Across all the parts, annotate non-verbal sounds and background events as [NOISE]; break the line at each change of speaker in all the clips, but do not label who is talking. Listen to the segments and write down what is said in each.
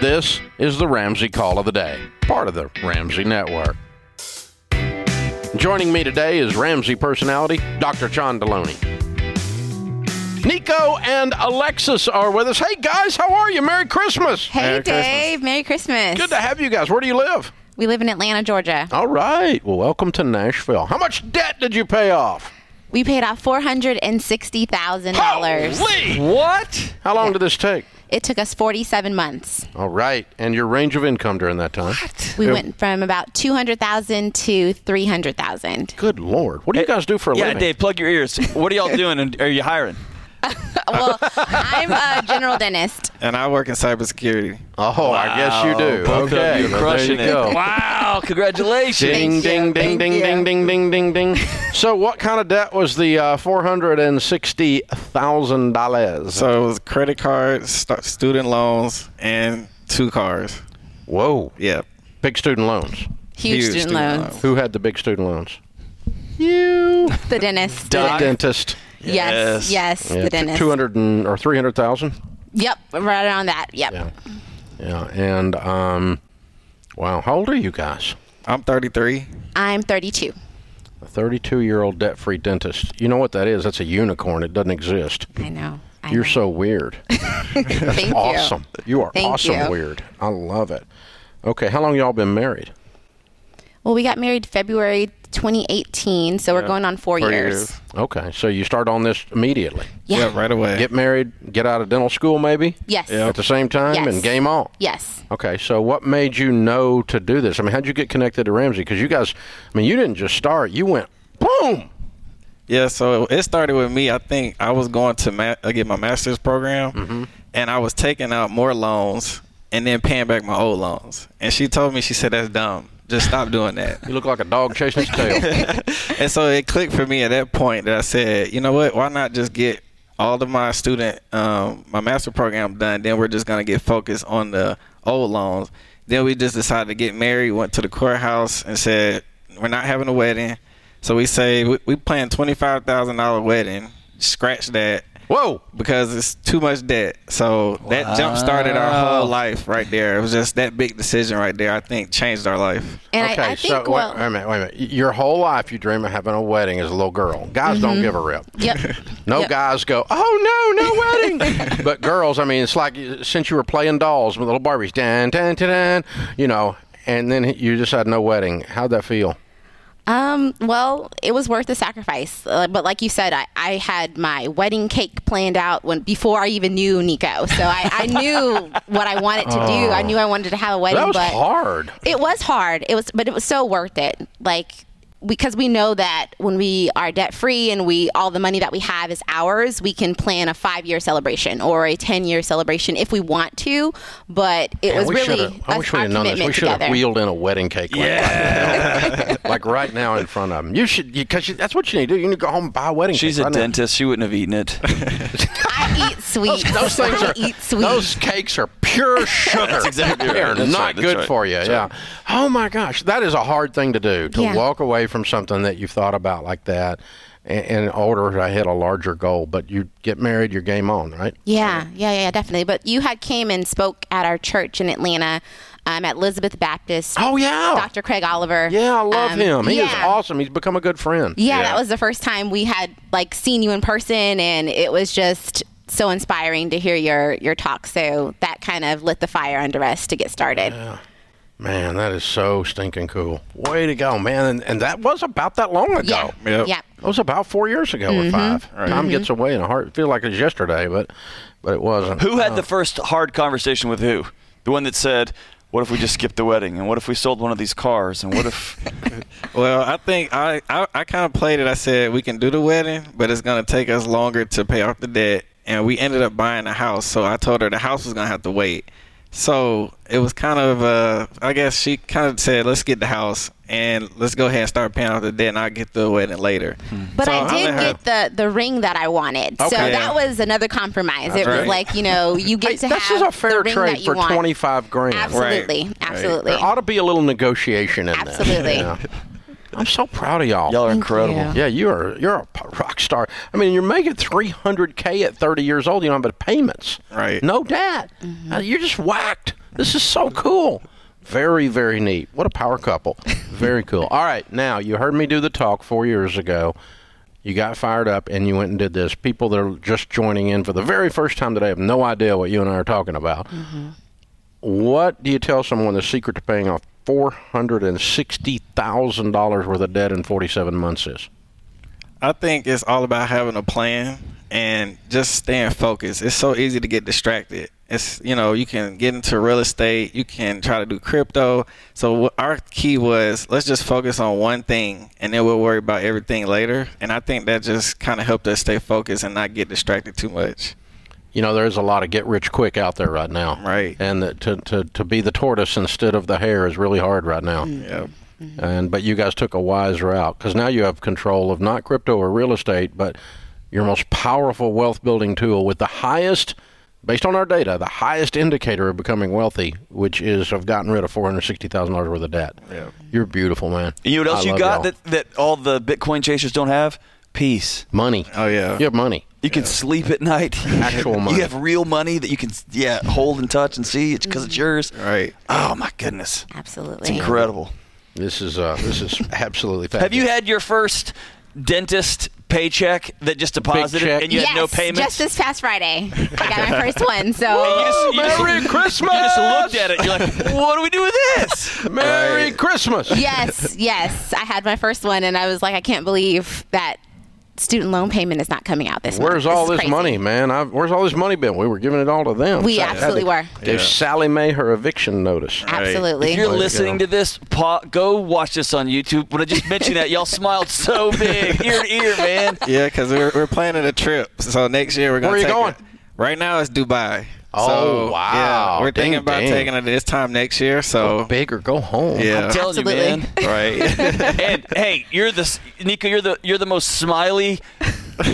This is the Ramsey Call of the Day, part of the Ramsey Network. Joining me today is Ramsey personality, Dr. John Deloney. Nico and Alexis are with us. Hey guys, how are you? Merry Christmas.
Hey, Dave. Merry Christmas.
Good to have you guys. Where do you live?
we live in Atlanta, Georgia.
All right. Well, welcome to Nashville. How much debt did you pay off?
We paid off four hundred and sixty thousand dollars.
Holy!
What?
How long did this take?
It took us forty-seven months.
All right. And your range of income during that time?
We
Yeah.
went from about two hundred thousand to three hundred thousand.
Good Lord. What do you guys do for a
Yeah,
living?
Dave, plug your ears. What are y'all doing? And are you hiring?
[LAUGHS]
Well, I'm a general dentist.
and I work in cybersecurity.
Oh, I guess you do.
Both
okay.
of you
well,
crushing
there you
it.
Go.
Wow, congratulations.
Ding,
Thank
ding, ding,
you, thank
ding,
you.
ding, ding, ding, ding,
[LAUGHS]
ding. so, what kind of debt was the uh, four hundred and sixty thousand dollars?
So it was credit cards, stu- student loans, and two cars.
Whoa!
Yeah.
Big student loans.
Huge,
Huge
student,
student
loans.
loan.
Who had the big student loans? You.
The dentist.
The dentist.
Yes. Yes. the dentist.
Two hundred and or three hundred thousand.
Yep. Right around that. Yep.
Yeah. Yeah. And um, wow. How old are you guys?
I'm 33.
I'm 32.
A thirty-two-year-old debt-free dentist. You know what that is? That's a unicorn. It doesn't exist.
I know. I
You're
know.
so weird.
Thank you.
awesome. You, are
Thank
awesome
you.
weird. I love it. Okay, how long y'all been married?
Well, we got married February 2018, so we're going on four,
Four
years.
years.
Okay, so you start on this immediately.
Yeah.
Yeah, right away.
Get married, get out of dental school maybe?
Yes.
At the same time
Yes.
and game on.
Yes.
Okay, so what made you know to do this? I mean, how'd you get connected to Ramsey? Because you guys, I mean, you didn't just start, you went boom.
Yeah, so it started with me. I think I was going to ma- uh, get my master's program, and I was taking out more loans and then paying back my old loans. And she told me, she said, that's dumb. Just stop doing that.
You look like a dog chasing its tail.
and so it clicked for me at that point that I said, you know what? Why not just get all of my student, um, my master program done? Then we're just gonna get focused on the old loans. Then we just decided to get married. Went to the courthouse and said we're not having a wedding. So we say we, we plan twenty five thousand dollar wedding. Scratch that
Whoa.
because it's too much debt. So that jump started our whole life right there. It was just that big decision right there. I think changed our life.
And
okay,
I, I think,
so
well,
wait, wait a minute, wait a minute. Your whole life you dream of having a wedding as a little girl. Guys
Mm-hmm.
don't give a rip.
yep.
[LAUGHS] No
Yep.
guys go, oh no,
[LAUGHS]
no wedding. but girls, I mean, it's like uh, since you were playing dolls with little Barbies, dan, dan, dan, dan, you know, and then you just had no wedding. How'd that feel?
Um, well, it was worth the sacrifice. Uh, but like you said, I, I had my wedding cake planned out when before I even knew Nico. So I,
[LAUGHS]
I knew what I wanted to do. I knew I wanted to have a wedding.
That was
but
hard.
It was hard. It was, but it was so worth it. Like because we know that when we are debt free and we all the money that we have is ours, we can plan a five year celebration or a ten year celebration if we want to. But it
Man,
was
we
really
should've- I
us-
wish we
our
had known this. We
commitment
should have
together.
wheeled in a wedding cake. Like, [LAUGHS] like, right now in front of them. You should, because that's what you need to do. You need to go home and buy a wedding
She's
cake.
a
right now.
dentist. She wouldn't have eaten
[LAUGHS]
it.
I eat sweets.
Those things
I
are
eat sweets.
those cakes are pure sugar. That's
exactly
They
right.
are
That's
not
right, that's
good
right,
for you.
that's
yeah.
right.
Oh my gosh, that is a hard thing to do to
Yeah.
walk away from something that you've thought about like that, in, in order to hit a larger goal. But you get married, you're game on, right?
Yeah, yeah, yeah, definitely. But you had came and spoke at our church in Atlanta, um, at Elizabeth Baptist.
Oh yeah.
Dr. Craig Oliver.
Yeah, I love
Um,
him. He is
yeah.
awesome. He's become a good friend.
Yeah, that was the first time we had like seen you in person, and it was just so inspiring to hear your your talk. So that kind of lit the fire under us to get started.
Man, that is so stinking cool. Way to go, man. And, and that was about that long ago.
Yeah,
Yep.
yeah.
It was about four years ago or five. Time gets away in a heart. Feel like it was yesterday, but but it wasn't.
Who had the first hard conversation with who? The one that said, "What if we just skipped the wedding? And what if we sold one of these cars? And
[LAUGHS]
what if?"
Well, I think I, I, I kind of played it. I said we can do the wedding, but it's gonna take us longer to pay off the debt. And we ended up buying a house, so I told her the house was gonna have to wait. So it was kind of, uh, I guess she kind of said, let's get the house and let's go ahead and start paying off the debt, and I'll get the wedding later.
But
So
I did
let her-
get the the ring that I wanted, so
Okay.
that was another compromise. it was
right.
like you
[LAUGHS]
know you get
Hey,
to
this
have
is a fair
the ring
trade
that you
for
want.
twenty five grand.
Absolutely,
Right.
absolutely.
There ought to be a little negotiation in this.
Absolutely.
Yeah. I'm so proud of y'all.
Y'all are incredible.
you.
yeah, you are you're a p- rock star. I mean, you're making 300k at 30 years old. You don't have any payments.
Right.
No debt. Uh, you're just whacked. This is so cool. Very, very neat. What a power couple. Very cool. All right, now you heard me do the talk four years ago. You got fired up and you went and did this. People that are just joining in for the very first time today have no idea what you and I are talking about. What do you tell someone the secret to paying off four hundred and sixty thousand dollars worth of debt in forty seven months is?
I think it's all about having a plan and just staying focused. It's so easy to get distracted. It's you know you can get into real estate, you can try to do crypto. So what our key was let's just focus on one thing, and then we'll worry about everything later. And I think that just kind of helped us stay focused and not get distracted too much.
you know there's a lot of get rich quick out there right now
Right.
and the, to, to, to be the tortoise instead of the hare is really hard right now
Mm-hmm.
Yeah.
and but you guys took a wise route because now you have control of not crypto or real estate but your most powerful wealth building tool with the highest based on our data the highest indicator of becoming wealthy which is i've gotten rid of $460000 worth of debt
Yeah.
you're beautiful man
You know what
I
else you
love
got
y'all.
that, that all the Bitcoin chasers don't have? Peace.
money
Oh, yeah.
you have money
You can sleep at night.
[LAUGHS] Actual money.
You have real money that you can yeah hold and touch and see. It's because
Mm-hmm.
it's yours.
Right.
Oh my goodness,
Absolutely.
it's incredible.
this is uh this
[LAUGHS]
is absolutely fabulous.
Have you had your first dentist paycheck that just deposited
check.
and you
yes,
had no payments?
Just this past Friday, I got my first one. So
And you just- you just-
Oh, Merry Christmas!
You just looked at it. You're
[LAUGHS]
like, what do we do with this?
merry christmas
yes, yes, I had my first one, and I was like, I can't believe that student loan payment is not coming out this.
Where's
month.
all
is
this
crazy.
money, man? I've, where's all this money been? We were giving it all to them.
We
So-
absolutely
they-
were.
Gave
Yeah.
Sally Mae her eviction notice.
Absolutely.
If you're
Way to
listening
go.
to this, pa- go watch this on YouTube. When I just mentioned that, y'all smiled so big, ear to ear, man.
Yeah, because we're, we're planning a trip. So next year we're going.
Where are you
take
going?
A, right now it's Dubai.
Oh,
So,
wow.
Yeah, we're thinking
Ding,
about
ding.
taking it this time next year. So
Big or go home.
yeah,
Telling you,
Absolutely.
man.
right. [LAUGHS]
And hey, you're the s- Nico. You're the you're the most smiley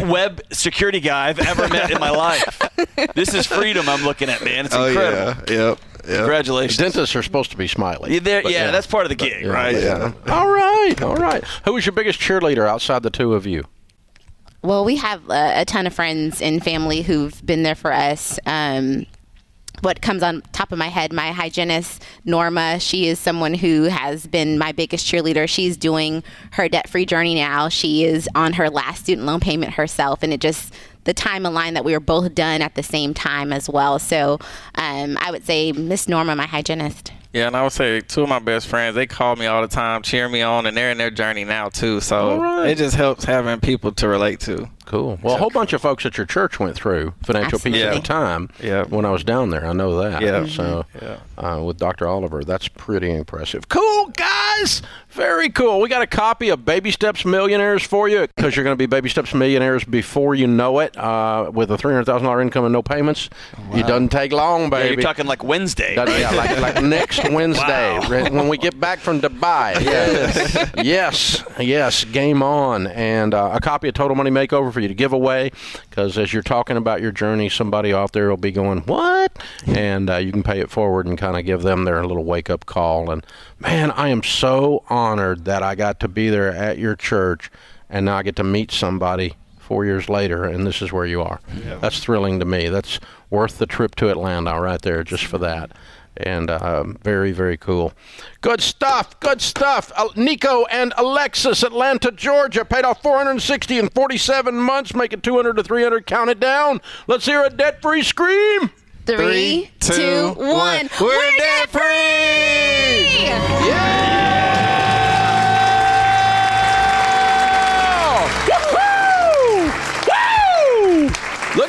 web security guy I've ever met
[LAUGHS]
in my life. This is freedom I'm looking at, man. It's incredible.
Oh, yeah. Yep. Yep.
Congratulations.
Dentists are supposed to be smiley.
You there-
But
yeah, that's part of the gig, right?
Yeah.
All right, all right. Who was your biggest cheerleader outside the two of you?
Well, we have a, a ton of friends and family who've been there for us. Um, what comes on top of my head, my hygienist, Norma, she is someone who has been my biggest cheerleader. She's doing her debt free journey now. She is on her last student loan payment herself. And it just, the time aligned that we were both done at the same time as well. So um, I would say Miss Norma, my hygienist.
Yeah, and I would say two of my best friends, they call me all the time, cheer me on, and they're in their journey now too. So
All right.
it just helps having people to relate to.
Cool. Well, a whole bunch of folks at your church went through financial peace at
Absolutely.
the time.
Yeah.
When I was down there, I know that.
Yeah. Mm-hmm.
So
Yeah.
Uh, with Dr. Oliver, that's pretty impressive. Cool guys, very cool. We got a copy of Baby Steps Millionaires for you because you're going to be Baby Steps Millionaires before you know it. Uh, with a three hundred thousand dollar income and no payments, it doesn't take long,
Yeah,
baby.
you're talking like Wednesday. [LAUGHS]
That- yeah, like, like next Wednesday right, when we get back from Dubai. Yes, yes, yes, game on. And uh, a copy of Total Money Makeover for you to give away because as you're talking about your journey, somebody out there will be going, What? And uh, you can pay it forward and kind of give them their little wake up call. And man, I am so honored that I got to be there at your church and now I get to meet somebody four years later, and this is where you are. That's thrilling to me. That's worth the trip to Atlanta right there just for that. And uh, very, very cool. Good stuff. Good stuff. Uh, Nico and Alexis, Atlanta, Georgia, paid off 460 in 47 months, making 200 to 300. Count it down. Let's hear a debt-free scream.
Three, two, one.
We're, debt free.
Woo! Woo! Look